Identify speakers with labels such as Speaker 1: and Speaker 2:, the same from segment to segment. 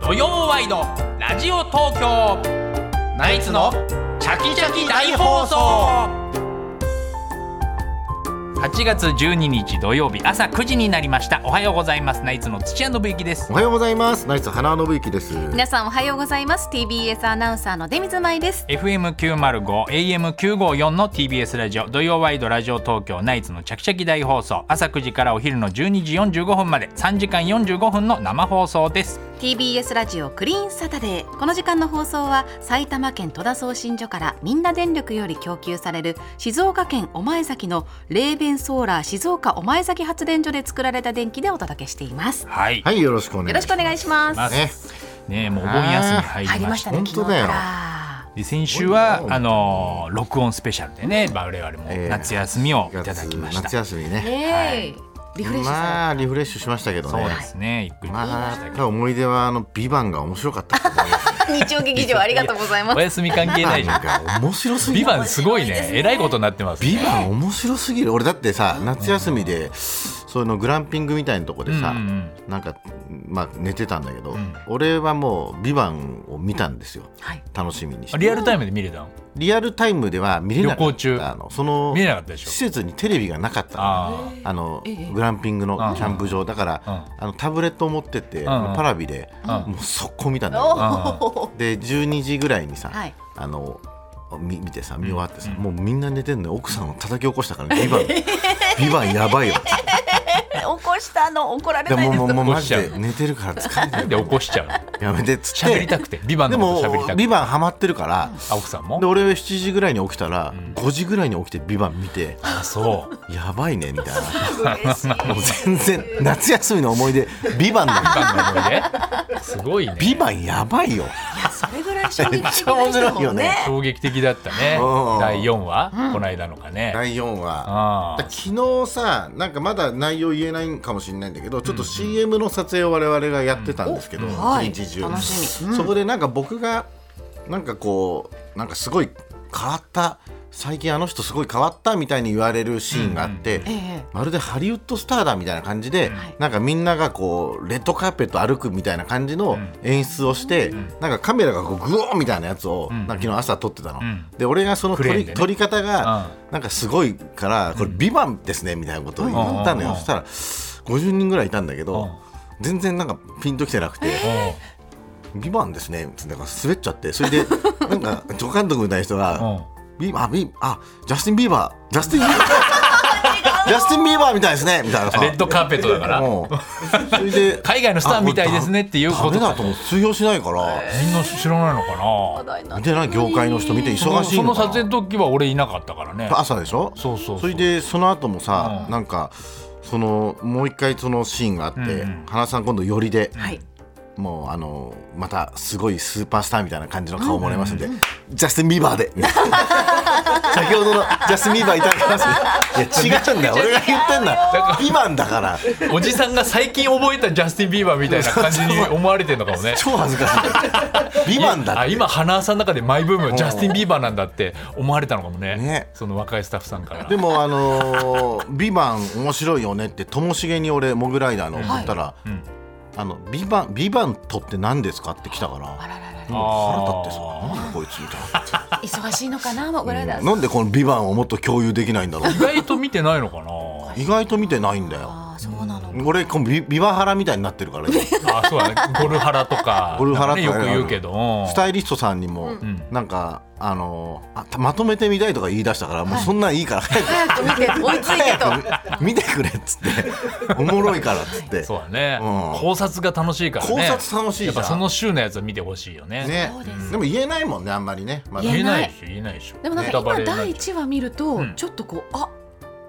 Speaker 1: 土曜ワイドラジオ東京ナイツのチャキチャキ大放送8月12日土曜日朝9時になりましたおはようございますナイツの土屋信之です
Speaker 2: おはようございます。ナイツ花信之です。
Speaker 3: 皆さんおはようございます TBS アナウンサーの出水舞です
Speaker 1: FM905 AM954 の TBS ラジオ土曜ワイドラジオ東京ナイツのチャキチャキ大放送朝9時からお昼の12時45分まで3時間45分の生放送です
Speaker 3: TBS ラジオクリーンサタデーこの時間の放送は埼玉県戸田送信所からみんな電力より供給される静岡県御前崎の冷弁ソーラー静岡御前崎発電所で作られた電気でお届けしていますよ
Speaker 1: はい、
Speaker 2: はい、よろしくお願いし
Speaker 3: ろ
Speaker 2: ま
Speaker 3: し
Speaker 2: す。
Speaker 3: くお願いします
Speaker 1: ます
Speaker 2: ね、
Speaker 1: ねえもうお盆休み入
Speaker 3: 入
Speaker 1: り
Speaker 3: り
Speaker 1: ま
Speaker 3: ま
Speaker 1: し
Speaker 3: したたね
Speaker 2: 本
Speaker 3: 昨
Speaker 2: 当
Speaker 3: 日
Speaker 2: だよ
Speaker 3: から
Speaker 1: で先週は
Speaker 2: 多いな
Speaker 1: あのー録音スペシャルでねまあ我々も
Speaker 2: ええ
Speaker 1: 夏休みをいただきました、
Speaker 2: 夏夏休みね。
Speaker 3: ねえリフレッシュさ
Speaker 2: まあリフレッシュしましたけど
Speaker 1: そう
Speaker 2: ね
Speaker 1: で。すねゆっくり、
Speaker 2: まあ思い出はあのビバンが面白かったと思います。
Speaker 3: れた日曜劇場ありがとうございま
Speaker 1: お
Speaker 3: す
Speaker 1: 休み関係ないじゃ
Speaker 2: なん
Speaker 1: ん
Speaker 2: か面白すぎ
Speaker 1: ビ
Speaker 2: る。
Speaker 1: バンすごい ねえらいことになってます、ね、
Speaker 2: ビバン面白すぎる。俺だってさ夏休みでそういうのグランピングみたいなとこでさ、
Speaker 1: うんうん
Speaker 2: なんかまあ寝てたんだけど、
Speaker 1: ん
Speaker 2: 俺はもうビバンを見たんですよ。
Speaker 3: はい
Speaker 2: 楽しみにして。
Speaker 1: リアルタイムで見れたの
Speaker 2: リアルタイムでは見れなかった
Speaker 1: 旅行中
Speaker 2: あのその
Speaker 1: 見れなかったでしょ
Speaker 2: 施設にテレビがなかったの
Speaker 1: あ
Speaker 2: あの
Speaker 3: ええ
Speaker 2: グランピングの
Speaker 1: ああ
Speaker 2: キャンプ場だからあのタブレットを持ってって
Speaker 1: ああ
Speaker 2: パラビで
Speaker 1: あ
Speaker 2: もう速攻見たんだよ
Speaker 3: おお
Speaker 2: で12時ぐらいにさ
Speaker 3: はい
Speaker 2: あのみ見てさ見終わってさもうみんな寝てんのよ奥さんを叩き起こしたから「ビバン ビバンやばいよっつって
Speaker 3: 起こしたの怒ら」れ
Speaker 2: で
Speaker 3: ない
Speaker 2: もう
Speaker 3: です
Speaker 2: もうも
Speaker 1: 起こ
Speaker 2: うマ
Speaker 1: し
Speaker 2: ジ
Speaker 1: ちゃう
Speaker 2: で寝てるから疲れて
Speaker 1: な
Speaker 2: る
Speaker 1: んで起こしちゃう の
Speaker 2: やめてっつ っ
Speaker 1: 喋りた
Speaker 2: て
Speaker 1: くてビバン
Speaker 2: で
Speaker 1: のこと
Speaker 2: も
Speaker 1: 喋りた
Speaker 2: 「
Speaker 1: くて
Speaker 2: ビバンハマってるから
Speaker 1: あ奥さんも
Speaker 2: で俺は7時ぐらいに起きたら5時ぐらいに起きて「ビバン見て
Speaker 1: あそう
Speaker 2: やばいねみたいな。
Speaker 3: 嬉しい
Speaker 2: もう全然夏休みの思い出「ビバンの
Speaker 1: ビバンの思い 出すごいね
Speaker 2: ビバンやばいよ
Speaker 3: それぐらい衝撃的でし
Speaker 2: めっち
Speaker 3: た
Speaker 2: ゃ面
Speaker 3: も
Speaker 2: 白いよ
Speaker 3: んね
Speaker 2: ね。
Speaker 1: 衝撃的だったね
Speaker 2: うん
Speaker 1: 第4話、この間のかね
Speaker 2: 第4話
Speaker 1: ああ
Speaker 2: 昨日さなんかまだ内容言えないかもしれないんだけどちょっと CM の撮影を我々がやってたんですけど
Speaker 3: うん
Speaker 2: 一、
Speaker 3: はい
Speaker 2: 日中、
Speaker 3: 楽しみうん
Speaker 2: そこでなんか僕がなんかこうなんかすごい変わった最近あの人すごい変わったみたいに言われるシーンがあって、
Speaker 3: ええ
Speaker 2: まるでハリウッドスターだみたいな感じで、
Speaker 3: はい
Speaker 2: なんかみんながこうレッドカーペット歩くみたいな感じの演出をして、なんかカメラがこうグオーみたいなやつを、
Speaker 1: ん
Speaker 2: なんか昨日朝撮ってたの、
Speaker 1: ん
Speaker 2: で俺がその
Speaker 1: ク
Speaker 2: 撮
Speaker 1: レー
Speaker 2: り,、
Speaker 1: ンでね
Speaker 2: 撮り方がなんかすごいからこれ「ビバンですねみたいなことを言ったのよ、
Speaker 1: うん
Speaker 2: そしたら50人ぐらいいたんだけど、全然なんかピンときてなくて。ビバンですね、つってなんか滑っちゃって、それで、なんか、助監督みたいな人
Speaker 1: う
Speaker 2: が
Speaker 1: ん、
Speaker 2: ビあ、ビあ、ジャスティン・ビーバー、ジャスティン・ビーバー、ジャスティン・ビーバーみたいですね、みたいなさ。
Speaker 1: レッドカーペットだから
Speaker 2: もう、それで、
Speaker 1: 海外のスターみたいですねっていうこと
Speaker 2: あこれだダメだと思う通用しないから、
Speaker 1: みんな知らないのかな
Speaker 3: 話題になっ
Speaker 2: 見てない業界の人見て忙しい
Speaker 1: その
Speaker 2: のか
Speaker 1: 撮
Speaker 2: な
Speaker 1: 影の時は俺いなかったからね
Speaker 2: 朝でしょ
Speaker 1: そうそうそう
Speaker 2: れでその後もさ、
Speaker 1: うん
Speaker 2: なんかそのもう一回そのシーンがあって、
Speaker 1: うんうん
Speaker 2: 花さん今度寄りで、
Speaker 3: はい
Speaker 2: もうあのまたすごいスーパースターみたいな感じの顔もらいますんで、ジャスティン・ビーバーで 先ほどのジャスティン・ビーバーいただきますいや違うんだよ俺が言ってんだビバンだから
Speaker 1: おじさんが最近覚えたジャスティン・ビーバーみたいな感じに思われてるのかもね
Speaker 2: 超恥ずか しいビバンだって
Speaker 1: あ今花さんの中でマイブームはジャスティン・ビーバーなんだって思われたのかもね
Speaker 2: ね
Speaker 1: その若いスタッフさんから
Speaker 2: でもあのー「ビバン面白いよねってともしげに俺モグライダーの送ったら「
Speaker 1: ん
Speaker 2: あのビバンビバンとって何ですか?」って来たからもう
Speaker 3: あららら
Speaker 2: 腹立ってさ「なんだこいつ」みた
Speaker 3: 忙しいのかなもうぐらい
Speaker 2: い
Speaker 3: だ
Speaker 2: な「なんでこのビバンをもっと共有できないんだろう
Speaker 1: 意」外と見てないのかな
Speaker 2: 意外と見てないんだよ
Speaker 3: ああそうなの
Speaker 2: 俺このビビバハラみたいになってるから今
Speaker 1: あそうだねゴルハラとか
Speaker 2: ゴルハラとか
Speaker 1: ねよく言うけどうん
Speaker 2: スタイリストさんにもなんか、あのーあたまとめてみたいとか言い出したからもうそんなんいいから早く
Speaker 3: 早く 見て追いついてと
Speaker 2: 早く見てくれっつっておもろいからっつって
Speaker 1: そうだね、
Speaker 2: うん
Speaker 1: 考察が楽しいからね
Speaker 2: 考察楽しいじ
Speaker 1: やっ
Speaker 2: ゃん
Speaker 1: ぱその週のやつは見てほしいよね
Speaker 2: ね
Speaker 3: そうです
Speaker 2: でも言えないもんねあんまりねまだ
Speaker 3: 言
Speaker 1: 言え
Speaker 3: え
Speaker 1: な
Speaker 3: ないい
Speaker 1: でしょ言えないでしょ
Speaker 3: でもなんか
Speaker 1: ネタバ
Speaker 3: 今
Speaker 1: レになっちゃう
Speaker 3: 第一話見ると
Speaker 1: ん
Speaker 3: ちょっとこうあ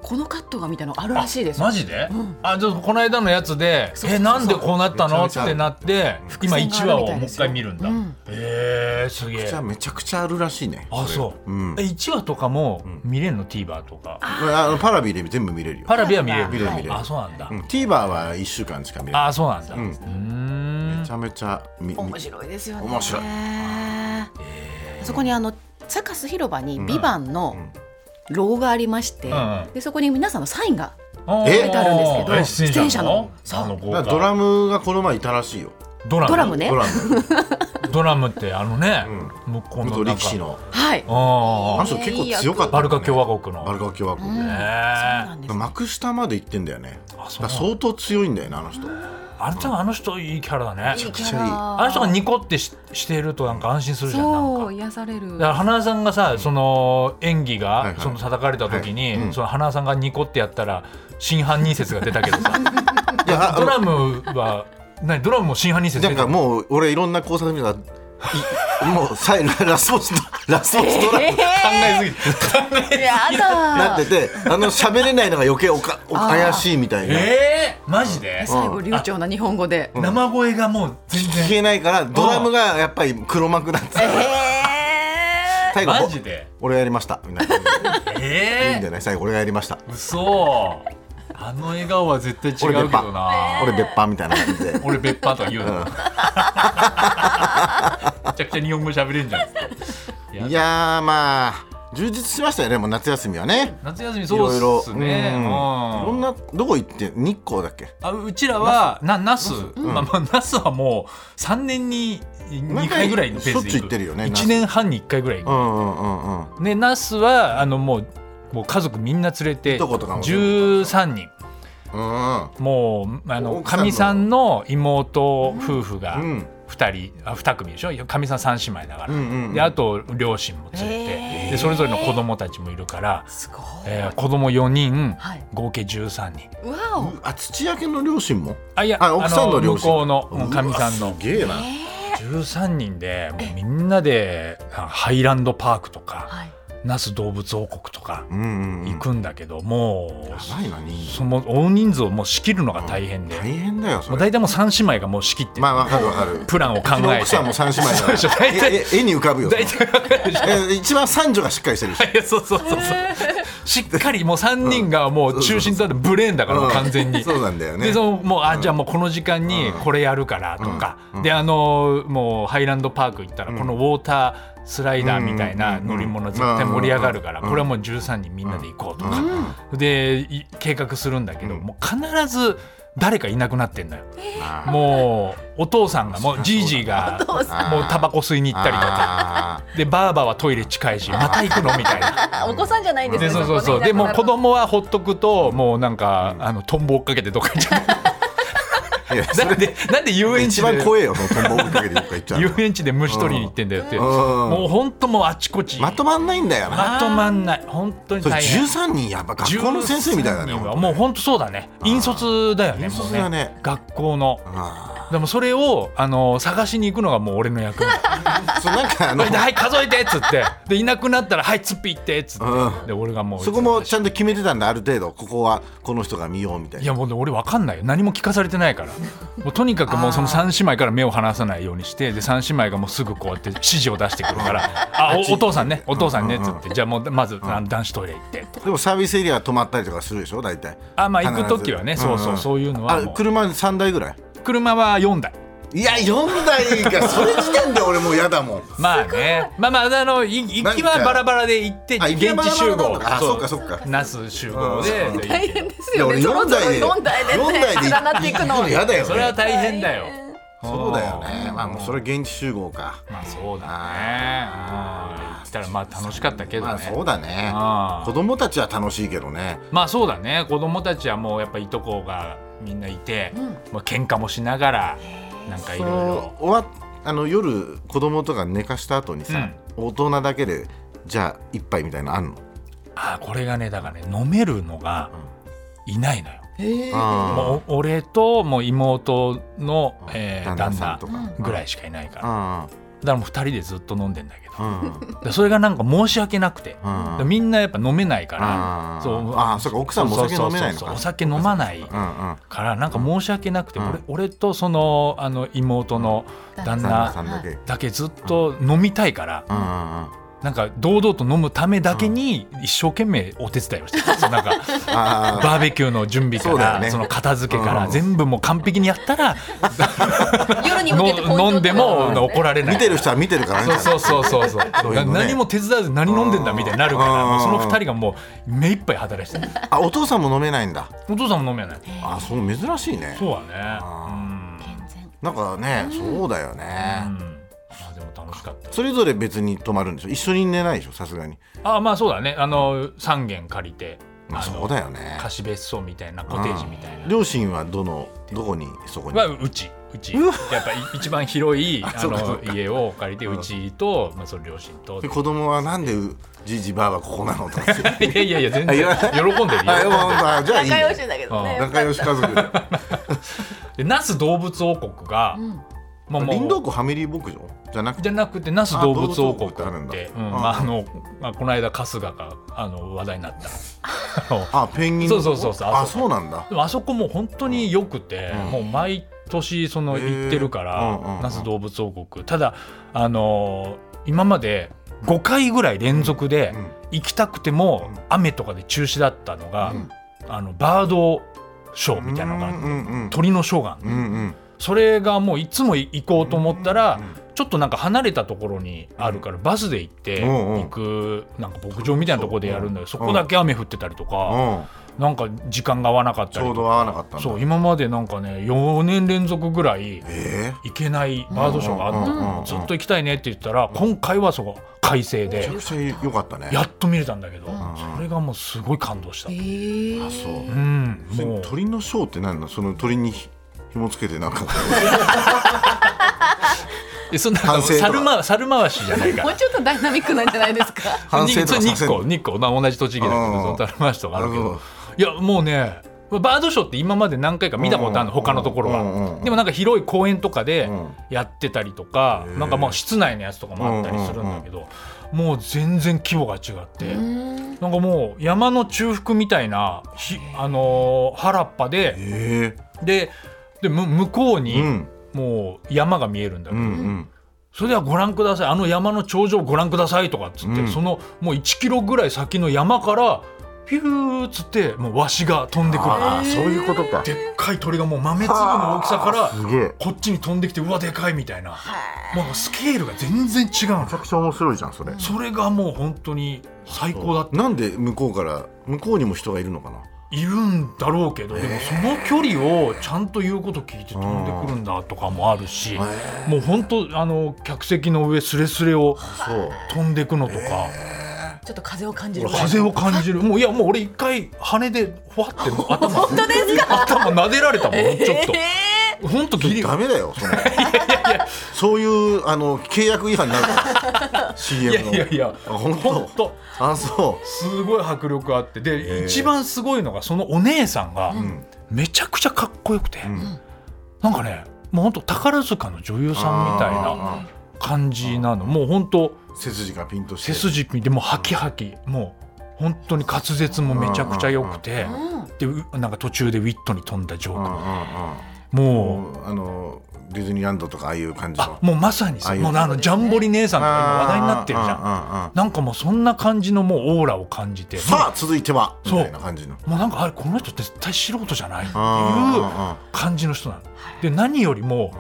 Speaker 3: このカットがみたいなのあるらしいです
Speaker 1: マジで、
Speaker 3: うん
Speaker 1: あちょっとこの間のやつで
Speaker 3: そうそうそ
Speaker 1: え
Speaker 3: う
Speaker 1: なんでこうなったの
Speaker 2: め
Speaker 1: っ
Speaker 2: ちゃめちゃ
Speaker 1: てなって
Speaker 3: 伏
Speaker 1: 今
Speaker 3: 線があ
Speaker 1: 1
Speaker 3: る
Speaker 1: 話をもう
Speaker 3: みたいで
Speaker 1: 一
Speaker 3: すよ
Speaker 1: 回見るんだ、
Speaker 3: うん
Speaker 1: えー、すげ
Speaker 2: めち
Speaker 1: え
Speaker 2: ゃめちゃくちゃあるらしいね
Speaker 1: あ
Speaker 2: れ
Speaker 1: そう、
Speaker 2: うん
Speaker 1: え1話とかも見れんの TVer とか
Speaker 2: あのパラビで全部見れるよ
Speaker 1: パラビは見れる
Speaker 2: 見れる見れる
Speaker 1: あそうなんだ、
Speaker 2: うん TVer は1週間しか見れない
Speaker 1: あそうなんだ、う
Speaker 2: うん
Speaker 1: ーん
Speaker 2: めちゃめちゃ見見
Speaker 3: 面白いですよね
Speaker 2: 面白い
Speaker 3: そこにあのサカス広場に「ビバンの
Speaker 2: ん
Speaker 3: ロゴがありまして
Speaker 1: んうん
Speaker 3: でそこに皆さんのサインが
Speaker 1: あー
Speaker 2: え
Speaker 3: 書いてあるんですけど
Speaker 1: え出演者の
Speaker 3: 出演者の
Speaker 1: あの豪華
Speaker 2: だからドラムがこの前いたらしいよ
Speaker 1: ドラム
Speaker 3: ドラムね
Speaker 2: ドラム
Speaker 1: ドラムってあのね、向こうの
Speaker 2: 元
Speaker 1: なん
Speaker 2: 力
Speaker 1: か
Speaker 2: 士の
Speaker 3: はい
Speaker 1: ああ
Speaker 2: あの人結構強かった
Speaker 1: バ
Speaker 2: よ
Speaker 1: ル
Speaker 2: ね
Speaker 1: カ共和国の
Speaker 2: バルカ共和国
Speaker 3: うん
Speaker 1: へ
Speaker 2: ね
Speaker 1: え
Speaker 3: ん
Speaker 2: 幕下まで行ってんだよねだ
Speaker 1: あ
Speaker 2: か
Speaker 1: そう
Speaker 2: ら相当強いんだよねあの人
Speaker 1: あの人あの人いいキャラだね
Speaker 2: くちゃいい
Speaker 1: あの人がニコってししてるとなんか安心するじゃんなん
Speaker 3: そう
Speaker 1: か
Speaker 3: 癒され
Speaker 1: だ
Speaker 3: る
Speaker 1: から花さんがさその演技
Speaker 2: いは
Speaker 1: が
Speaker 2: い
Speaker 1: その叩かれた時に、
Speaker 2: はいうん
Speaker 1: その花さんがニコってやったら真犯人説が出たけど さ
Speaker 2: いやあ
Speaker 1: ドラムは何ドラムも真犯人説
Speaker 2: な
Speaker 1: 出
Speaker 2: ん
Speaker 1: た
Speaker 2: か
Speaker 1: の
Speaker 2: もう俺いろんな考察見たらいもう最後ラスボスドラスボスドラム
Speaker 1: 考えすぎて
Speaker 3: や
Speaker 2: な
Speaker 3: だ
Speaker 2: っててあの喋れないのが余計おかお
Speaker 3: あー
Speaker 2: 怪しいみたいな
Speaker 1: えー、マジで、
Speaker 3: 最後流暢な日本語で
Speaker 1: 生声がもう全
Speaker 2: 聞
Speaker 1: 然
Speaker 2: けないからドラムがやっぱり黒幕なんです
Speaker 3: え
Speaker 2: 最後
Speaker 1: マジで
Speaker 2: 俺がやりましたみんないい
Speaker 1: え
Speaker 2: ん
Speaker 1: え
Speaker 2: じゃない最後俺がやりました
Speaker 1: ー、嘘あの笑顔は絶対違うけどな
Speaker 2: 俺別班みたいな感じで
Speaker 1: 俺別班とは言うのめ ちゃくちゃ日本語喋れんじゃんや
Speaker 2: いやーまあ充実しましたよねもう夏休みはね
Speaker 1: 夏休み
Speaker 2: い
Speaker 1: そう
Speaker 2: ろ
Speaker 1: っ
Speaker 2: いろ
Speaker 1: す
Speaker 2: うんい
Speaker 1: ね
Speaker 2: ろん
Speaker 1: な
Speaker 2: などこ行って日光だっけ
Speaker 1: あうちらはなナス、まあまあナスはもう3年に2回ぐらいのペースで
Speaker 2: しょっちゅう行ってるよね
Speaker 1: 1年半に1回ぐらい行
Speaker 2: う
Speaker 1: く、
Speaker 2: んうんうんうん
Speaker 1: ねナスはあのもうもう家族みんな連れて
Speaker 2: いとことかも
Speaker 1: 13人
Speaker 2: うんうん
Speaker 1: もうあの
Speaker 2: 奥
Speaker 1: か
Speaker 2: さんの
Speaker 1: みさんの妹夫婦が
Speaker 2: うん
Speaker 1: 2人、あ2組でしょかみさん3姉妹だから、
Speaker 2: うんうんうん
Speaker 1: であと両親も連れて、
Speaker 3: へー
Speaker 1: でそれぞれの子供たちもいるから、
Speaker 3: すご
Speaker 1: えー、子供4人、
Speaker 3: はい
Speaker 1: 合計13人
Speaker 3: いわお
Speaker 2: あ土焼けの両親も
Speaker 1: あいや
Speaker 2: あ奥さんの両親
Speaker 1: あの向こうのかみさん
Speaker 2: うわ
Speaker 1: の
Speaker 2: すげえな
Speaker 1: 13人でもうみんなであハイランドパークとか
Speaker 3: はい
Speaker 1: 那須動物王国とか
Speaker 2: うんうんうん
Speaker 1: 行くんだけど、もう
Speaker 2: ないな人数
Speaker 1: その大人数をもう仕切るのが大変で、
Speaker 2: 大変だよそ
Speaker 1: もう
Speaker 2: れ
Speaker 1: 大体もう3姉妹がもう仕切って、
Speaker 2: まあわかるわかる
Speaker 1: プランを考
Speaker 2: うちの
Speaker 1: え
Speaker 2: 奥さんも
Speaker 1: て。
Speaker 2: 三姉妹だ
Speaker 1: そうでしょ
Speaker 2: か
Speaker 1: 大
Speaker 2: ら
Speaker 1: 体
Speaker 2: ええ絵に浮かぶよ
Speaker 1: 大体わかるでしょ
Speaker 2: え一番三女がしっかりしてる し
Speaker 1: いやそうそうそう そうしっかりもう3人がもう中心となってブレーンだからもう完全
Speaker 2: う
Speaker 1: に
Speaker 2: ん。そうなんだよね
Speaker 1: でそのもうあじゃあもうこの時間にこれやるからとか、であのもうハイランドパーク行ったらこのウォータースライダーみたいな乗り物絶対盛り上がるからこれはもう13人みんなで行こうとか、でい計画するんだけど、もう必ず誰かいなくなってんだよ。
Speaker 2: あー
Speaker 1: もうお父さんがもうじいじいが
Speaker 3: 父さ
Speaker 2: ん
Speaker 1: もうタバコ吸いに行ったりとか
Speaker 2: あ
Speaker 1: でバーバはトイレ近いしまた行くのみたいな。
Speaker 3: あお子さんじゃないんです
Speaker 1: で
Speaker 3: ね
Speaker 1: そうそうそう
Speaker 3: こね
Speaker 1: でもう子
Speaker 3: だか
Speaker 1: 供はほっとくともうなんか、あのトンボ追っかけてどっか行っちゃ
Speaker 2: ーいや
Speaker 1: う なんでなんで遊園
Speaker 2: 一
Speaker 1: 地
Speaker 2: 番
Speaker 1: で
Speaker 2: 怖えよそのトンボ追いかけてどっか行っちゃう
Speaker 1: 遊
Speaker 2: の
Speaker 1: 園地で虫取りに行ってんだよって、
Speaker 2: うん
Speaker 1: もう本当もうあちこち
Speaker 2: まとまんないんだよな
Speaker 1: まとまんない本当に
Speaker 2: それ
Speaker 1: 大変
Speaker 2: 13人やっぱ学校の先生みたいだね
Speaker 1: 13人は
Speaker 2: ほんと
Speaker 1: もう本当そうだね引率だよね
Speaker 2: 引
Speaker 1: もう
Speaker 2: 率
Speaker 1: ね
Speaker 2: だね
Speaker 1: 学校の
Speaker 2: あ
Speaker 1: でもそれをあの探しに行くのがもう俺の役目
Speaker 2: ーそうなん かあの
Speaker 1: ではい数えてっつってでいなくなったらはいツッピ行ってっつって、
Speaker 2: うん
Speaker 1: で俺がもう
Speaker 2: そこもちゃんと決めてたんだある程度ここはこの人が見ようみたい
Speaker 1: い
Speaker 2: な
Speaker 1: やもうね俺わかんないよ何も聞かされてない からもうとにかくもうその3姉妹から目を離さないようにしてで3姉妹がもうすぐこうやって指示を出してくるから「あおお父さんねお父さんね」っつって「じゃあもうまずあの男子トイレ行って」とか
Speaker 2: でもサービスエリア泊まったりとかするでしょ大体
Speaker 1: あまあ行く
Speaker 2: 必ず
Speaker 1: 時はね
Speaker 2: ん
Speaker 1: そうそうそういうのは
Speaker 2: あ
Speaker 1: もう
Speaker 2: 車3台ぐらい
Speaker 1: 車は4台
Speaker 2: いや4台 がそれ時点で俺もう嫌だもん
Speaker 1: まあねまあまああのい行きはバラバラで行って
Speaker 2: あ行きは
Speaker 1: 現
Speaker 2: バ
Speaker 1: 地
Speaker 2: ラバ
Speaker 1: 集
Speaker 2: ラな
Speaker 1: 合
Speaker 2: のかあそっかそっか
Speaker 1: 那須集合で
Speaker 2: うん
Speaker 1: で
Speaker 3: 大変です
Speaker 2: いや
Speaker 3: よ
Speaker 2: 俺
Speaker 3: ねそ
Speaker 2: 4
Speaker 3: ろそろ
Speaker 2: 台で
Speaker 3: 4台で
Speaker 2: 四
Speaker 3: ね
Speaker 2: 台で
Speaker 3: 連なっていくの
Speaker 2: 行嫌だよ
Speaker 1: それは
Speaker 2: ね
Speaker 1: 大変だよ
Speaker 2: そうだよね
Speaker 1: うん
Speaker 2: まあもうそれは現地集合か
Speaker 1: まあそうだねうん行ったらまあ楽しかったけど
Speaker 2: まあ
Speaker 1: ね
Speaker 2: そうだね
Speaker 1: あー
Speaker 2: 子供たちは楽しいけどね
Speaker 1: まあそうだね子供たちはもうやっぱいとこがみんないて、まあ喧嘩もしながらなんかいろいろ
Speaker 2: 終わっあの夜子供とか寝かした後にさ大人だけでじゃあ一杯みたいなのあんの
Speaker 1: ああこれがねだからね飲めるのがいないのよ、
Speaker 2: あ
Speaker 1: もうお俺ともう妹の、
Speaker 2: ー
Speaker 1: えー
Speaker 2: 旦那
Speaker 1: 旦
Speaker 2: さん
Speaker 1: 那
Speaker 2: とか
Speaker 1: ぐらいしかいないから、だか
Speaker 2: あ
Speaker 1: らもう2人でずっと飲んでんだけど
Speaker 2: ーうんうん
Speaker 1: だからそれがなんか申し訳なくて、だからみんなやっぱ飲めないから
Speaker 2: あーあーそうか奥さんもお酒飲めないの
Speaker 1: そうそうそう
Speaker 2: か
Speaker 1: そうお酒飲まない
Speaker 2: うんうん
Speaker 1: からなんか申し訳なくて、
Speaker 2: うん
Speaker 1: 俺俺とそのあの妹の旦
Speaker 3: 旦
Speaker 2: 旦那
Speaker 1: 那
Speaker 2: さんだけうん
Speaker 1: だけずっと飲みたいから、
Speaker 2: うんうん
Speaker 1: なんか堂々と飲むためだけに一生懸命お手伝いをしてた、 そうなんか
Speaker 2: あ
Speaker 1: バーベキューの準備か
Speaker 2: そうだ
Speaker 1: ら
Speaker 2: よ
Speaker 1: そ,、
Speaker 2: ね
Speaker 1: の片付けから、
Speaker 2: うん
Speaker 1: 全部もう完璧にやったら、
Speaker 3: 夜に向けてポイント
Speaker 1: の飲んでも怒 られ
Speaker 2: ー
Speaker 1: ない
Speaker 2: 見てる人は見てるからね
Speaker 1: そうそうそうそうそう
Speaker 2: ういうのね
Speaker 1: 何も手伝わず何飲んでんだみたいになるから、
Speaker 2: うん
Speaker 1: もうその二人がもう目いっぱい働いてた
Speaker 2: あお父さんも飲めないんだ
Speaker 1: お父さんも飲めない
Speaker 2: あそう珍しいね
Speaker 1: そうだね、うん
Speaker 3: 全然
Speaker 2: なんかね、そうだよ
Speaker 1: う
Speaker 2: ね、
Speaker 1: んあでも楽しかった
Speaker 2: それぞれ別に泊まるんでしょ一緒に寝ないでしょさすがに
Speaker 1: あまあそうだねあの3軒借りて
Speaker 2: まあ
Speaker 1: あの
Speaker 2: そうだよね
Speaker 1: 貸別荘みたいなコテージみたいな、
Speaker 2: 両親はどのどこにそこに
Speaker 1: はうちうちやっぱい一番広 いあ
Speaker 2: そうかそう
Speaker 1: の
Speaker 2: か
Speaker 1: 家を借りてうちと、まあ、その両親と
Speaker 2: で子供はなんでうじいじばあはここなのとか言って
Speaker 1: いやいやいや全然喜んでる
Speaker 2: あ
Speaker 1: よ
Speaker 2: よかったじゃあいい
Speaker 3: 仲良し
Speaker 2: ね
Speaker 3: だけどね。
Speaker 2: 仲良し家族で
Speaker 1: で那須動物王国が、もうもう
Speaker 2: 林道湖ファミリー牧場じゃなくて
Speaker 1: じゃなくて那須動物王国っ
Speaker 2: あ動物王国ってあるんだ
Speaker 1: て、うん
Speaker 2: うん
Speaker 1: まああのまあ、この間春日があの話題になった あの
Speaker 2: あペンギンの
Speaker 1: そうそうそうそう
Speaker 2: あそうなんだ
Speaker 1: でもあそこもう本当によくて、
Speaker 2: うん
Speaker 1: もう毎年その
Speaker 2: へー
Speaker 1: 行ってるから、
Speaker 2: うんうんうん
Speaker 1: 那須動物王国ただあのー今まで5回ぐらい連続で
Speaker 2: うん
Speaker 1: 行きたくても、
Speaker 2: うん
Speaker 1: 雨とかで中止だったのが、
Speaker 2: うん
Speaker 1: あのバードショーみたいなのがあって、
Speaker 2: うんうん
Speaker 1: 鳥のショーがあって
Speaker 2: うんうん
Speaker 1: それがもういつも行こうと思ったら、
Speaker 2: うん
Speaker 1: ちょっとなんか離れたところにあるからバスで行って
Speaker 2: うんうん
Speaker 1: 行くなんか牧場みたいなところでやるんだけどそこだけ雨降ってたりとか。
Speaker 2: うん
Speaker 1: なんか時間が合わなかった
Speaker 2: ち
Speaker 1: り
Speaker 2: ょ
Speaker 1: とか
Speaker 2: うど合わなかったんだ
Speaker 1: そう今までなんかね4年連続ぐらい
Speaker 2: え
Speaker 1: 行けないバードショーがあった
Speaker 2: うんうんうんう
Speaker 1: の
Speaker 2: ん
Speaker 1: ずっと行きたいねって言ったら今回はそこ快晴
Speaker 2: えめ
Speaker 1: で
Speaker 2: ちゃくちゃ良かったね
Speaker 1: やっと見れたんだけど
Speaker 2: ん
Speaker 1: それがもうすごい感動した
Speaker 3: え
Speaker 1: う
Speaker 3: ー
Speaker 2: あそう、
Speaker 1: ん
Speaker 2: それ
Speaker 1: もう
Speaker 2: 鳥のショーって何なのその鳥にひ紐つけてなん か
Speaker 1: えそんな
Speaker 2: 反省とか
Speaker 1: 猿回猿回しじゃないか
Speaker 3: も
Speaker 1: ら
Speaker 3: うちょっとダイナミックなんじゃないですか。
Speaker 2: 反省と
Speaker 1: そ
Speaker 2: か
Speaker 1: れ
Speaker 2: さ
Speaker 1: 日
Speaker 2: せんの
Speaker 1: 光日光まあ同じ栃木だけ
Speaker 2: うん
Speaker 1: どその猿回しとかあるけ
Speaker 2: なるほ
Speaker 1: どいやもうねバードショーって今まで何回か見たことあるの
Speaker 2: うん
Speaker 1: 他のところ
Speaker 2: うんうんう
Speaker 1: は
Speaker 2: ん
Speaker 1: でもなんか広い公園とかで
Speaker 2: うん
Speaker 1: やってたりとか
Speaker 2: へー
Speaker 1: なんかまあ室内のやつとかもあったりするんだけどもう全然規模が違って
Speaker 3: うん
Speaker 1: なんかもう山の中腹みたいなひあのー原っぱで
Speaker 2: え
Speaker 1: ででむ向こう
Speaker 2: えう
Speaker 1: に
Speaker 2: ん
Speaker 1: もう山が見えるんだ
Speaker 2: う
Speaker 1: けど
Speaker 2: んうん
Speaker 1: それではご覧くださいあの山の頂上をご覧くださいとかっつって、
Speaker 2: うん
Speaker 1: そのもう1キロぐらい先の山からピューっつってもうワシが飛んでくる
Speaker 2: ああそういうことか
Speaker 1: でっかい鳥がもう豆粒の大きさから
Speaker 2: すげえめ
Speaker 1: こっちに飛んできてうわでかいみたいなもうスケールが全然違うの
Speaker 2: ちゃくちゃ面白いじゃんそれ
Speaker 1: それがもう本当に最高だった
Speaker 2: なんで向こうから向こうにも人がいるのかない
Speaker 1: るんだろうけどでもその距離をちゃんと言うこと聞いて飛んでくるんだとかもあるしもう本当あの客席の上すれすれを
Speaker 2: そう
Speaker 1: 飛んでくのとか。
Speaker 3: ちょっと風を感じる
Speaker 1: 俺
Speaker 3: ぐらい。
Speaker 1: 風を感じるもういやもう俺一回羽でふわっ て頭本当ですか頭撫でられたもんちょっと、
Speaker 3: え
Speaker 1: ほんとギリ
Speaker 2: ダメだよそのそういうあの契約違反になるから CM
Speaker 1: いや
Speaker 2: の
Speaker 1: いやいや
Speaker 2: あ本当
Speaker 1: ほんと
Speaker 2: あそ
Speaker 1: すごい迫力あってで、
Speaker 2: へー
Speaker 1: 一番すごいのがそのお姉さんが
Speaker 2: ううん
Speaker 1: めちゃくちゃかっこよくて、
Speaker 2: うん
Speaker 1: なんかねもうほんと宝塚の女優さんみたいな
Speaker 2: あ
Speaker 1: 感じなのもうほんと
Speaker 2: ー背筋がピンとして
Speaker 1: 背筋見てもうハキハキもう本当に滑舌もめちゃくちゃ良くて
Speaker 3: ーうん
Speaker 1: でうなんか途中でウィットに飛んだジョ
Speaker 2: うんうんう
Speaker 1: ー
Speaker 2: ん
Speaker 1: クもう
Speaker 2: もうあのディズニーランドとかああいう感じ
Speaker 1: あ
Speaker 2: の
Speaker 1: もうまさに
Speaker 2: あ
Speaker 1: そ
Speaker 2: あ
Speaker 1: う
Speaker 2: いう
Speaker 1: もうあのジャンボリ姉さんとか今話題になってるじゃん
Speaker 2: ゃん
Speaker 1: なんかもうそんな感じのもうオーラを感じて
Speaker 2: さあ続いてはみ
Speaker 1: そう
Speaker 2: たいな感じの
Speaker 1: もうなんかあれこの人って絶対素人じゃないっていう
Speaker 2: あ
Speaker 1: 感じの人なの。で何よりも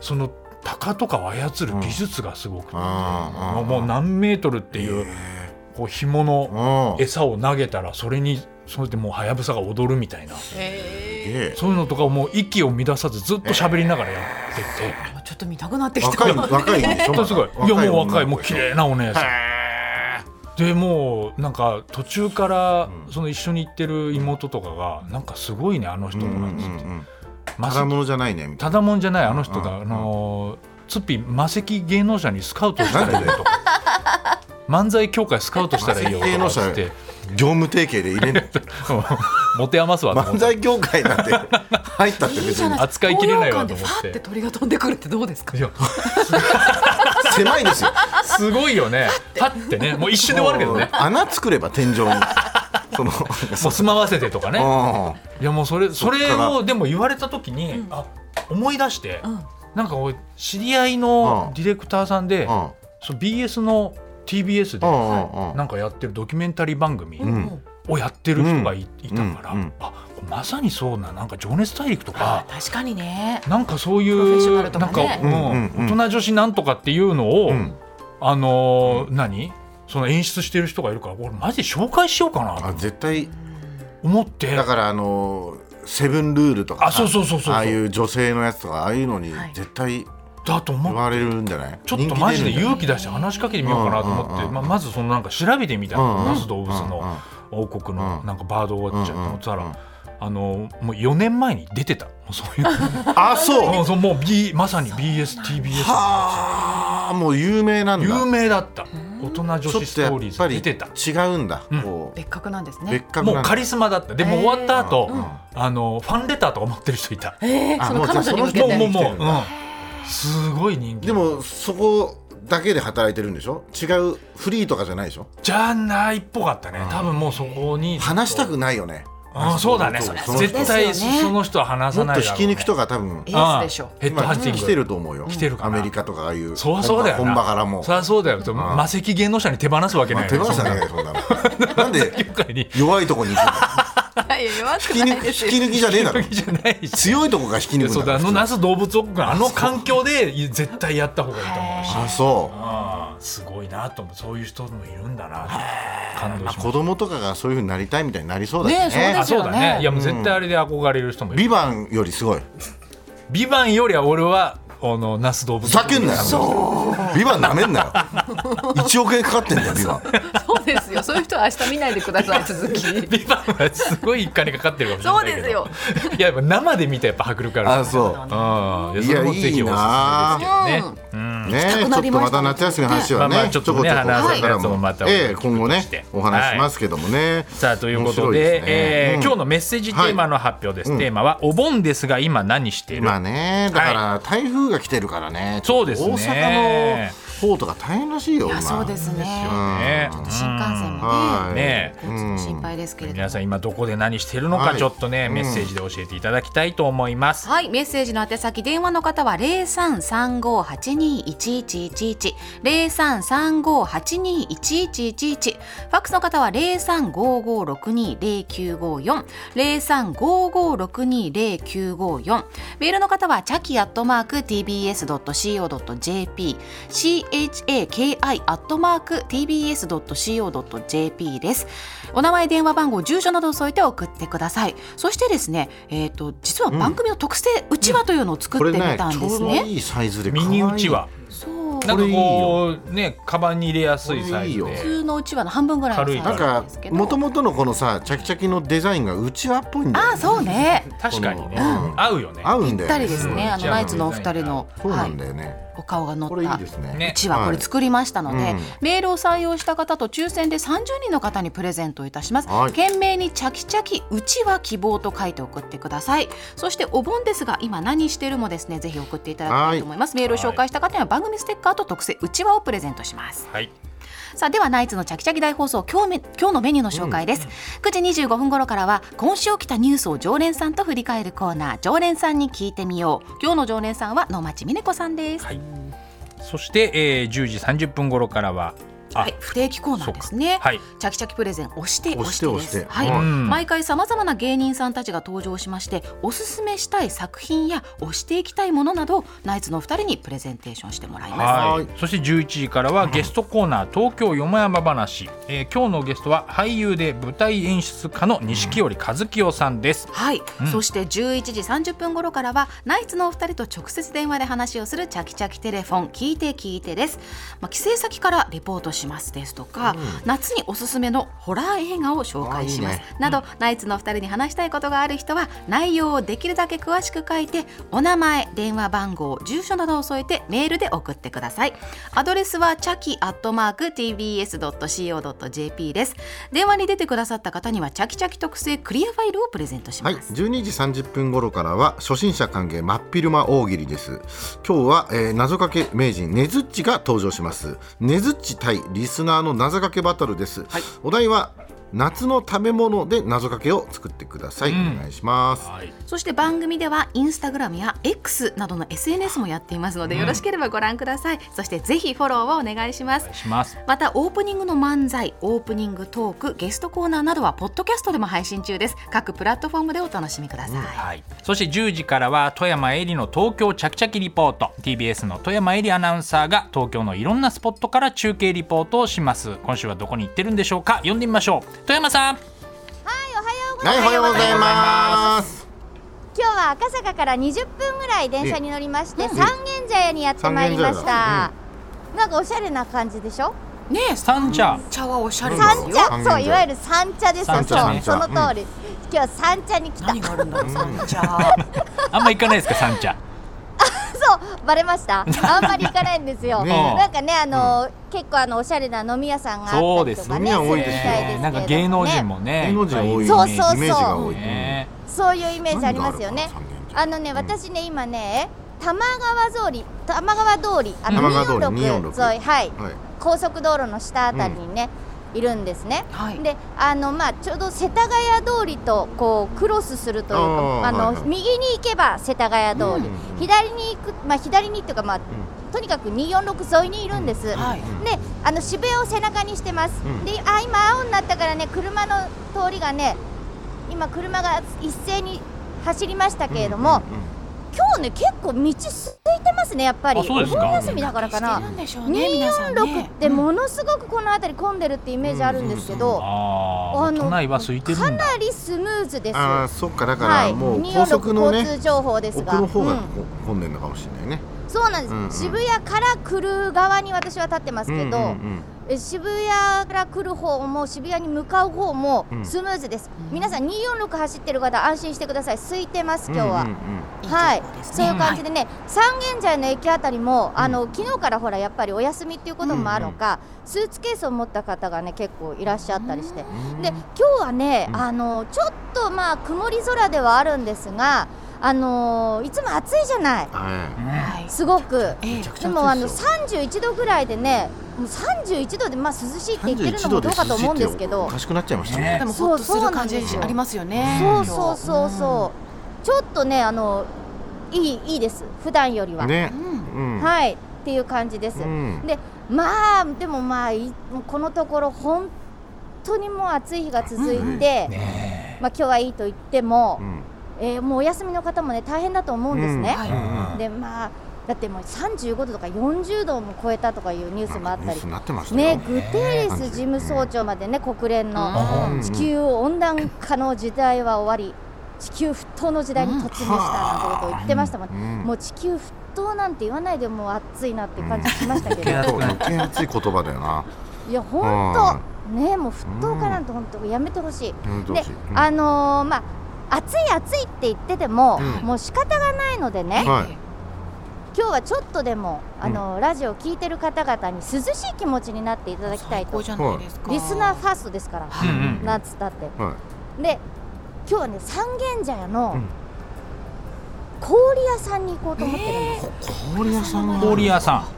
Speaker 1: その鷹とかを操る技術がすごくて、
Speaker 2: うん
Speaker 1: もう
Speaker 2: うん
Speaker 1: もう何メートルって
Speaker 2: ー
Speaker 1: いう
Speaker 2: へ
Speaker 1: こう紐の
Speaker 2: ーうんす
Speaker 1: 餌を投げたらそれにそれでもうハヤブサが踊るみたいな
Speaker 2: げ
Speaker 3: え
Speaker 2: え
Speaker 1: そういうのとかをもう息を乱さずずっと喋りながらやってて。
Speaker 3: ーちょっと見たくなってき
Speaker 2: 若い
Speaker 3: た。
Speaker 2: 若い んでしょ
Speaker 1: 本当すごい。いやもう若いもう綺麗なお姉さん。でもうなんか途中から
Speaker 2: うん
Speaker 1: その一緒に行ってる妹とかがなんかすごいねあの人
Speaker 2: うん
Speaker 1: と
Speaker 2: うんう
Speaker 1: かっ
Speaker 2: ん
Speaker 1: つっ
Speaker 2: う
Speaker 1: て
Speaker 2: ん
Speaker 1: マ
Speaker 2: た
Speaker 1: セ
Speaker 2: だものじゃないねみたい
Speaker 1: ただもんじゃないあの人
Speaker 2: うん
Speaker 1: だ
Speaker 2: うん
Speaker 1: あのーツッピー魔石芸能者にスカウトしたらいいよと 漫才協会スカウトしたらいいよとかっつって
Speaker 2: な業務提携で入 れんの
Speaker 1: 持て余すわと思
Speaker 2: 漫
Speaker 1: って
Speaker 2: 才協会 なんて入ったって
Speaker 3: いい
Speaker 2: 別
Speaker 3: じゃな
Speaker 2: に
Speaker 3: い。
Speaker 1: 扱いきれないわと思って
Speaker 3: 高揚感でファーって鳥が飛んでくるってどうですか
Speaker 1: い。や
Speaker 2: 狭いですよ
Speaker 1: すごいよ ねはってねもう一瞬で終わるけどね
Speaker 2: 穴作れば天 井にそ
Speaker 1: も
Speaker 2: の
Speaker 1: う住まわせてとかね
Speaker 2: うん
Speaker 1: いやもうそれそ
Speaker 2: っか
Speaker 1: れ
Speaker 2: ら
Speaker 1: をでも言われた時に、あ思い出して、
Speaker 3: うん
Speaker 1: なんか俺知り合いうの
Speaker 2: ん
Speaker 1: ディレクターさんで、
Speaker 2: うん
Speaker 1: そう BS の TBS
Speaker 2: う
Speaker 1: で
Speaker 2: んうんうん
Speaker 1: なんかやってるドキュメンタリー番組
Speaker 3: うん
Speaker 2: ん
Speaker 1: をやってる人がい,、いたから、
Speaker 2: うんうん
Speaker 1: あまさにそうななんか「情熱大陸」と
Speaker 3: あ
Speaker 1: か。
Speaker 3: 確かにね。
Speaker 1: なんかそうい
Speaker 3: プロフェッショ
Speaker 1: う
Speaker 3: ナルと
Speaker 1: な
Speaker 3: か
Speaker 1: んか、
Speaker 3: ね
Speaker 1: うん
Speaker 2: うんうんうん
Speaker 1: 大人女子なんとかっていうのを、
Speaker 2: うん
Speaker 1: あのー何その演出してる人がいるから俺マジで紹介しようかな
Speaker 2: あ
Speaker 1: と
Speaker 2: 絶対
Speaker 1: 思って
Speaker 2: だからあのーセブンルールとか
Speaker 1: あそうそうそうそう
Speaker 2: ああいう女性のやつとかああいうのに
Speaker 3: はい
Speaker 2: 絶対
Speaker 1: だと思
Speaker 2: 言
Speaker 1: う
Speaker 2: われるんじゃない、
Speaker 1: ちょっとマジで
Speaker 2: う
Speaker 1: 勇気出して話しかけてみようかなと思
Speaker 2: うんうん
Speaker 1: っ
Speaker 2: う
Speaker 1: て、
Speaker 2: ん
Speaker 1: まあ、まずそのなんか調べてみたの、
Speaker 2: うん
Speaker 1: 那須動物
Speaker 2: うんうん
Speaker 1: の王国の
Speaker 2: うん
Speaker 1: なんかバードウォッチャーと思ってた
Speaker 2: うんうん
Speaker 1: ら、あのもう4年前に出てたもうそう いうの
Speaker 2: あそう
Speaker 1: も うそうもう、B、まさに BSTBS
Speaker 2: はあもう有名なんだ
Speaker 1: 有名だった大人女
Speaker 2: ちょ
Speaker 1: 子
Speaker 2: っ
Speaker 1: ス
Speaker 2: と
Speaker 1: ト
Speaker 2: や
Speaker 1: ー
Speaker 2: っ
Speaker 1: リー
Speaker 2: ぱ
Speaker 1: ズ
Speaker 2: り
Speaker 1: 出てた
Speaker 2: 違うんだ、こう
Speaker 3: 別格なんです
Speaker 2: 別
Speaker 3: ね。
Speaker 2: 格
Speaker 1: も
Speaker 2: な
Speaker 1: うんカ
Speaker 2: だ
Speaker 1: リスマだったでも終わった後、
Speaker 2: うん
Speaker 1: あのファンレターとか持ってる人いた、
Speaker 3: えー、
Speaker 2: あ
Speaker 3: その
Speaker 2: もうじ
Speaker 3: 彼
Speaker 2: ゃあ
Speaker 3: 女に向け
Speaker 1: もう
Speaker 3: て。
Speaker 1: もうもう、
Speaker 2: 生きてるん
Speaker 1: う
Speaker 2: だ
Speaker 1: ん、すごい人気
Speaker 2: でもそこだけで働いてるんでしょ違うフリーとかじゃないでしょ
Speaker 1: じゃないっぽかったね多分もうそこに
Speaker 2: 話したくないよね
Speaker 1: あそうだね
Speaker 2: その人
Speaker 1: 絶対
Speaker 3: ですよね
Speaker 1: その人は話さ
Speaker 2: も
Speaker 1: な
Speaker 2: っ
Speaker 1: い
Speaker 2: と
Speaker 1: だろう
Speaker 2: 引
Speaker 1: ね
Speaker 2: き抜きとか多分
Speaker 3: エースでしょ
Speaker 1: うん。ヘッドハッチング
Speaker 2: 来てると思うよ
Speaker 1: 来てるか
Speaker 2: ア
Speaker 1: な
Speaker 2: メリカとかああいう
Speaker 1: そうそうだよな
Speaker 2: 本場からもう
Speaker 1: そりゃそうだよ魔石芸能者に手放すわけ
Speaker 2: ま
Speaker 1: な
Speaker 2: あ
Speaker 1: い
Speaker 2: 手放
Speaker 1: さ
Speaker 2: さないよそんなのなんで
Speaker 1: に
Speaker 2: 弱いとこに行くんだ
Speaker 3: はい、弱く
Speaker 2: 引き
Speaker 3: な
Speaker 2: 抜
Speaker 3: い
Speaker 2: き引
Speaker 3: ですよ。
Speaker 2: き抜きじゃねえだろ
Speaker 1: じゃないし
Speaker 2: 強いとこが引き抜く
Speaker 1: そ
Speaker 2: ん
Speaker 1: うだ
Speaker 2: だ
Speaker 1: あの那須動物王国のあの環境で絶対やった方がいいと思うし
Speaker 2: あそ
Speaker 1: あーすごいなと思うそういう人もいるんだなと感
Speaker 2: う
Speaker 1: 動
Speaker 2: まあ
Speaker 1: しま
Speaker 2: 子
Speaker 1: し
Speaker 2: 供とかがそういうふうになりたいみたいになりそうだ
Speaker 3: ねえ
Speaker 2: よ
Speaker 3: そうだ
Speaker 1: たあそうだ
Speaker 2: ね
Speaker 3: よ
Speaker 1: ねいやもう
Speaker 2: う
Speaker 1: 絶
Speaker 2: ん
Speaker 1: 対あれで憧れる人もいる
Speaker 2: ビバンよりすごい
Speaker 1: ビバンよりは俺はあの那須動
Speaker 2: ふ
Speaker 1: 物王
Speaker 2: ざ
Speaker 1: 国
Speaker 2: けんなよビバンなめんなよ1億円かかってんだよビバン
Speaker 3: そうですよ。そういう人は明日見ないでください。続き。
Speaker 1: ビバンはすごい金かかってるかもしれないけど
Speaker 3: そうで
Speaker 1: いややっぱ生で見たらやっぱ迫力ある
Speaker 2: あそ
Speaker 1: ああ、
Speaker 2: い
Speaker 1: それ
Speaker 2: や
Speaker 1: もぜひおすすめですけどね。
Speaker 2: うねちょっとまた夏休みの話
Speaker 1: まあ
Speaker 2: は
Speaker 1: まあ
Speaker 2: ね
Speaker 1: ち
Speaker 2: ち
Speaker 1: ょ
Speaker 2: ょ
Speaker 1: っ
Speaker 2: こと
Speaker 1: ね
Speaker 2: ちょここれから
Speaker 1: 話すのもま
Speaker 2: も
Speaker 1: た
Speaker 2: ええ今後
Speaker 1: お聞き
Speaker 2: ね
Speaker 1: して
Speaker 2: お話しますけどもね
Speaker 1: さあということで
Speaker 2: 面白いすね
Speaker 1: えー
Speaker 2: うん
Speaker 1: 今日のメッセージテーマの発表です、
Speaker 2: はい
Speaker 1: テーマは「お盆ですが今何してる?」
Speaker 2: 今ねだから台風が来てるからね
Speaker 1: そうですね
Speaker 2: 大阪の方とか大変らしいよ
Speaker 3: いや、
Speaker 2: 今
Speaker 3: そうですね。
Speaker 1: ね
Speaker 2: うん
Speaker 3: 新幹線も
Speaker 2: は
Speaker 3: ね
Speaker 1: ね
Speaker 2: い
Speaker 3: 交通も心配ですけれども
Speaker 1: 皆。さん今どこで何してるのか
Speaker 2: はい
Speaker 1: ちょっとね、メッセージで教えていただきたいと思います。
Speaker 3: はい、メッセージの宛先電話の方は零三三五八二一一一一零三三五八二一一一一ファックスの方は零三五五六二零九五四零三五五六二零九五四メールの方はチャキアットマーク TBS ドット CO ドット JP C H A K I アットマーク TBS ドット CO ドット JP です。お名前、電話番号、住所などを添えて送ってください。そしてですね、えっ、と実は番組の特製うちわというのを作
Speaker 2: こ
Speaker 3: っ
Speaker 2: れ
Speaker 3: てみ
Speaker 2: ね
Speaker 3: たん
Speaker 2: ち
Speaker 3: で
Speaker 2: ょ
Speaker 3: す
Speaker 2: うど
Speaker 3: ね。
Speaker 2: いいサイズで可
Speaker 1: ミ
Speaker 2: 愛
Speaker 1: ニ
Speaker 2: い
Speaker 1: うちわ
Speaker 3: そ
Speaker 1: な
Speaker 3: う。
Speaker 1: ん
Speaker 3: 普
Speaker 1: かこうねカバンに入れやすい
Speaker 2: これ
Speaker 1: サイ
Speaker 2: いい
Speaker 1: ズ
Speaker 2: よ
Speaker 1: で。
Speaker 3: 通のうちわの半分ぐらいのサイ
Speaker 2: な
Speaker 3: ズ
Speaker 2: ん
Speaker 3: な
Speaker 2: か
Speaker 3: んですけど。
Speaker 2: もともとのこのさチャキチャキのデザインがうちわっぽいんだよ
Speaker 3: ああ、そうね。
Speaker 1: 確かにね、
Speaker 2: うん
Speaker 1: 合うよね。
Speaker 2: 合うんだ
Speaker 3: ぴっ
Speaker 2: よ
Speaker 3: たりですね。あのナイツのお二人の、
Speaker 2: そうな
Speaker 3: はい
Speaker 2: ん、だよね
Speaker 3: お顔が乗
Speaker 2: これ
Speaker 3: っ
Speaker 2: いい
Speaker 3: た
Speaker 2: ですね
Speaker 1: ね
Speaker 3: うちはこれ作りましたので、
Speaker 2: はいうん
Speaker 3: メールを採用した方と抽選で30人の方にプレゼントいたします、
Speaker 2: はい
Speaker 3: 懸命にチャキチャキうちは希望と書いて送ってくださいそしてお盆ですが今何してるもですねぜひ送っていただきたいと思います、メールを紹介した方には番組ステッカーと特製うちわをプレゼントします
Speaker 1: はい。
Speaker 3: さあではナイツのチャキチャキ大放送今日め今日のメニューの紹介です、9時25分頃からは今週起きたニュースを常連さんと振り返るコーナー常連さんに聞いてみよう今日の常連さんは野町美奈子さんです、
Speaker 1: はい。そして、えー、10時30分頃からはあ
Speaker 3: はい、不定期コーナーですね。
Speaker 1: そうかはい
Speaker 3: チャキチャキプレゼン押して押
Speaker 2: 押
Speaker 3: し
Speaker 2: してて
Speaker 3: です。
Speaker 2: 押して
Speaker 3: はい、
Speaker 2: うん
Speaker 3: 毎回さまざまな芸人さんたちが登場しまして、おすすめしたい作品や押していきたいものなどをナイツのお二人にプレゼンテーションしてもらいます。
Speaker 1: は
Speaker 2: はい
Speaker 1: い、そして11時からはゲストコーナー「東京よもやま話」えー今日のゲストは俳優で舞台演出家の錦織一清さんです。
Speaker 3: はい、そして11時30分頃からはナイツのお二人と直接電話で話をするチャキチャキテレフォン聞いて聞いてです、まあ、帰省先からレポートしますですとか、夏におすすめのホラー映画を紹介します
Speaker 2: あい
Speaker 3: など、ナイツのお二人に話したいことがある人は内容をできるだけ詳しく書いてお名前電話番号住所などを添えてメールで送ってくださいアドレスはチャキアットマーク TBS.CO.JP です電話に出てくださった方にはチャキチャキ特製クリアファイルをプレゼントしま
Speaker 2: は
Speaker 3: す、
Speaker 2: い、12時30分頃からは初心者歓迎真っ昼間大喜利です今日は、えー謎かけ名人ねずっちが登場しますねずっち対リスナーの謎かけバトルです、お題は夏の食べ物で謎かけを作ってください、
Speaker 1: うん
Speaker 2: お願いします
Speaker 1: はい、
Speaker 3: そして番組ではインスタグラムや X などの SNS もやっていますので、よろしければご覧くださいそしてぜひフォローをお願いしま
Speaker 1: お
Speaker 3: す
Speaker 1: 願いします。
Speaker 3: またオープニングの漫才オープニングトークゲストコーナーなどはポッドキャストでも配信中です各プラットフォームでお楽しみください、
Speaker 1: はい、そして10時からは富山えりの東京ちゃきちゃきリポート TBS の富山えりアナウンサーが東京のいろんなスポットから中継リポートをします今週はどこに行ってるんでしょうか読んでみましょう富山さん
Speaker 2: はいおはようございます
Speaker 4: 今日は赤坂から20分ぐらい電車に乗りまして三軒茶屋にやってまいりまし
Speaker 2: 三軒茶
Speaker 4: た、なんかおしゃれな感じでしょ
Speaker 3: ねえ
Speaker 1: 三茶
Speaker 3: 茶はおしゃれです
Speaker 4: 三
Speaker 3: よ
Speaker 4: 茶
Speaker 2: 三軒茶
Speaker 4: そ
Speaker 2: 屋
Speaker 4: ういわゆる三茶ですよ
Speaker 1: 三茶
Speaker 4: そう
Speaker 1: 三
Speaker 2: 茶
Speaker 4: その通り、今日は三茶に来た
Speaker 3: 何があるんだろう三茶
Speaker 1: あんま行かないですか三 茶
Speaker 4: そうバレましたあんまり行かないんですよ、
Speaker 2: ね
Speaker 1: え
Speaker 4: なんかねあの、結構あのおしゃれな飲み屋さんがあ
Speaker 1: そう
Speaker 4: った
Speaker 1: で
Speaker 4: り
Speaker 1: す
Speaker 4: と
Speaker 1: ね
Speaker 4: かねするみたいですけれどもね
Speaker 1: なんか芸能人もね
Speaker 2: 芸能人多い
Speaker 1: っ
Speaker 2: イメ
Speaker 1: ぱ
Speaker 4: そ
Speaker 2: ー
Speaker 4: う
Speaker 2: ジ
Speaker 4: そうそう
Speaker 2: が多い。
Speaker 1: ね
Speaker 4: そういうイメージありますよね
Speaker 2: 何があるかな
Speaker 4: あのね、私ね、今ね、玉川通り、玉川通り、あの、
Speaker 2: 玉川通り
Speaker 4: 246沿い、はい、
Speaker 2: 三軒はい。
Speaker 4: 高速道路の下あたりにね、いるんですね。
Speaker 3: はい
Speaker 4: で、あの、まあ、ちょうど世田谷通りと、こう、クロスするという
Speaker 2: あ
Speaker 4: か、
Speaker 2: ー
Speaker 4: あの、
Speaker 2: はいはい
Speaker 4: 右に行けば世田谷通り、
Speaker 2: うん
Speaker 4: 左に行く、まあ、左にっていうか、まあ、とにかく246沿いにいるんです。
Speaker 3: はい
Speaker 4: で、あの渋谷を背中にしてます。
Speaker 2: うん
Speaker 4: で、あ、今青になったからね、車の通りがね、今車が一斉に走りましたけれども、今日ね結構道すいてますねやっぱり。
Speaker 1: あそうですか
Speaker 4: お盆休みだからかな。
Speaker 3: 何でしょうね皆さん
Speaker 4: 246
Speaker 3: ね
Speaker 4: ってものすごくこの辺り混んでるってイメージあるんですけど、
Speaker 1: ああ都内は空いてる
Speaker 4: か
Speaker 1: んだ
Speaker 4: なりスムーズです。
Speaker 2: ああ、そっか、だから、もう高速の
Speaker 4: 246交
Speaker 2: ね。
Speaker 4: 通情報です
Speaker 2: 奥
Speaker 4: が、
Speaker 2: の方
Speaker 4: う
Speaker 2: が
Speaker 4: ん
Speaker 2: こう混んでるのかもしれないね。
Speaker 4: そうなんです、
Speaker 2: うんうん
Speaker 4: 渋谷から来る側に私は立ってますけど、
Speaker 2: うんうんうん
Speaker 4: え渋谷から来る方も渋谷に向かう方も
Speaker 2: うん
Speaker 4: スムーズです、
Speaker 3: うん
Speaker 4: 皆さん246走ってる方安心してください空いてます今日は、
Speaker 2: うんうんうん
Speaker 4: はい
Speaker 3: い情報ですね
Speaker 4: そういう感じでね、三軒茶屋の駅あたりも、あの昨日からほらやっぱりお休みっていうこともあるのか、スーツケースを持った方がね結構いらっしゃったりして、で今日はね、
Speaker 2: うん
Speaker 4: あのちょっとまあ曇り空ではあるんですが、あのいつも暑いじゃない、
Speaker 2: は
Speaker 3: はい
Speaker 4: すごく。
Speaker 3: ええ
Speaker 2: めちゃくち
Speaker 4: で
Speaker 2: ゃ暑いですよ
Speaker 4: もあの31度ぐらいでね、もう31度でまあ涼しいって
Speaker 2: い。
Speaker 4: 言ってるのもどうかと思うんですけ
Speaker 2: お
Speaker 4: ど、
Speaker 2: かしくなっちゃいました
Speaker 1: ね
Speaker 2: ね
Speaker 3: で。もほっとする感じ
Speaker 4: そうそうなんです
Speaker 2: よ
Speaker 3: ありますよね
Speaker 4: そうそうそうそう、ちょっとねあのいいいいです普段よりは、
Speaker 2: ね
Speaker 3: う。ん
Speaker 2: うん。
Speaker 4: はいっていう感じです。
Speaker 2: うん
Speaker 4: でまあでもまあいもうこのところ本当にもう暑い日が続いて、
Speaker 2: うん
Speaker 1: ね
Speaker 4: まあ今日はいいと言っても、
Speaker 2: うん
Speaker 4: えーもうお休みの方もね大変だと思うんですね。
Speaker 3: はい
Speaker 2: うん
Speaker 4: でまあだってもう35度とか40度も超えたとかいうニュースもあった
Speaker 2: ニュー
Speaker 4: り
Speaker 2: スに。なってました
Speaker 4: ね
Speaker 2: よ、。
Speaker 4: グテーレス事務総長までね国連の
Speaker 1: うん
Speaker 4: 地球温暖化の時代は終わり地球沸騰の時代に突入したなんてことを言ってましたもん、
Speaker 2: うん
Speaker 4: もう地球沸騰なんて言わないでもう暑いなっていう感じしましたけど、
Speaker 1: うん
Speaker 2: そう余計熱い言葉だよな。
Speaker 4: いや本当ねもう沸騰化なんて本当やめてほしい。
Speaker 2: うんどう
Speaker 4: で
Speaker 2: しよう、
Speaker 4: あのーまあ暑い暑いって言ってても、
Speaker 2: うん
Speaker 4: もう仕方がないのでね、
Speaker 2: はい
Speaker 4: 今日はちょっとでもあのーラジオを聞いてる方々に涼しい気持ちになっていただきた
Speaker 3: 最
Speaker 4: いと
Speaker 3: 高
Speaker 4: リ
Speaker 3: じゃないですか
Speaker 4: スナーファーストですから、
Speaker 1: うんうん
Speaker 4: なんつったって
Speaker 2: うんはい。
Speaker 4: で今日はね三軒茶屋の
Speaker 2: うん
Speaker 4: 氷屋さんに行こうと思ってるんです、
Speaker 2: 氷屋さんがある
Speaker 1: 氷屋さ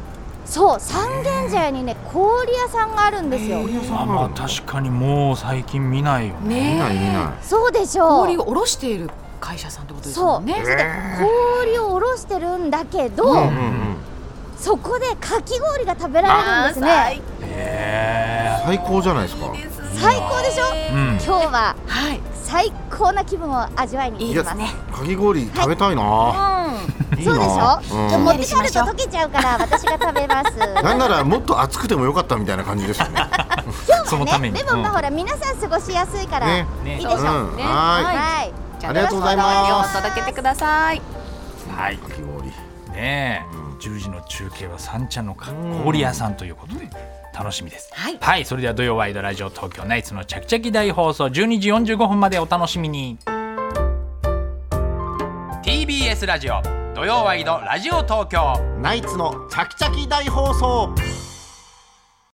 Speaker 4: そう三軒茶屋にね氷屋さんがあるんですよ、
Speaker 2: 氷屋
Speaker 1: ん
Speaker 2: さん
Speaker 1: あ
Speaker 2: が
Speaker 1: ま
Speaker 2: あ
Speaker 1: あ
Speaker 2: る
Speaker 1: 確かにもう最近見ないよね
Speaker 2: 見
Speaker 3: ね
Speaker 2: ない見
Speaker 3: え
Speaker 2: ない
Speaker 4: そうでしょう
Speaker 3: 氷を卸している会社さんってことですもんね
Speaker 4: そう氷をおろしてるんだけど、
Speaker 2: うんうんうん
Speaker 4: そこでかき氷が食べられるんですね
Speaker 1: え
Speaker 2: 最高じゃないですか。
Speaker 4: 最高でしょ
Speaker 1: えうん
Speaker 4: 今日は
Speaker 3: はい
Speaker 4: 最高な気分を味わいに行きますね
Speaker 2: かき氷食べたいな。
Speaker 4: うん
Speaker 2: いいな
Speaker 4: そうでしょ、
Speaker 2: うん
Speaker 4: でも持って帰ると溶けちゃうから私が食べます
Speaker 2: なんならもっと暑くてもよかったみたいな感じですよね。
Speaker 1: そのために
Speaker 4: ね、レモンが
Speaker 1: うん
Speaker 4: ほら皆さん過ごしやすいから、
Speaker 2: ね
Speaker 1: ね
Speaker 4: いいでし
Speaker 2: う
Speaker 4: ょ、
Speaker 2: ん、
Speaker 4: は、
Speaker 2: はいい。ありがとうございます。
Speaker 3: 今日届けてください
Speaker 1: はい
Speaker 2: かき氷。
Speaker 1: ねえ、
Speaker 2: うん
Speaker 1: 10時の中継は三茶のか氷屋さんということで楽しみです、
Speaker 3: はい
Speaker 1: それでは土曜ワイドラジオ東京ナイツのチャキチャキ大放送12時45分までお楽しみに TBS ラジオ土曜ワイドラジオ東京
Speaker 2: ナイツのチャキチャキ大放送。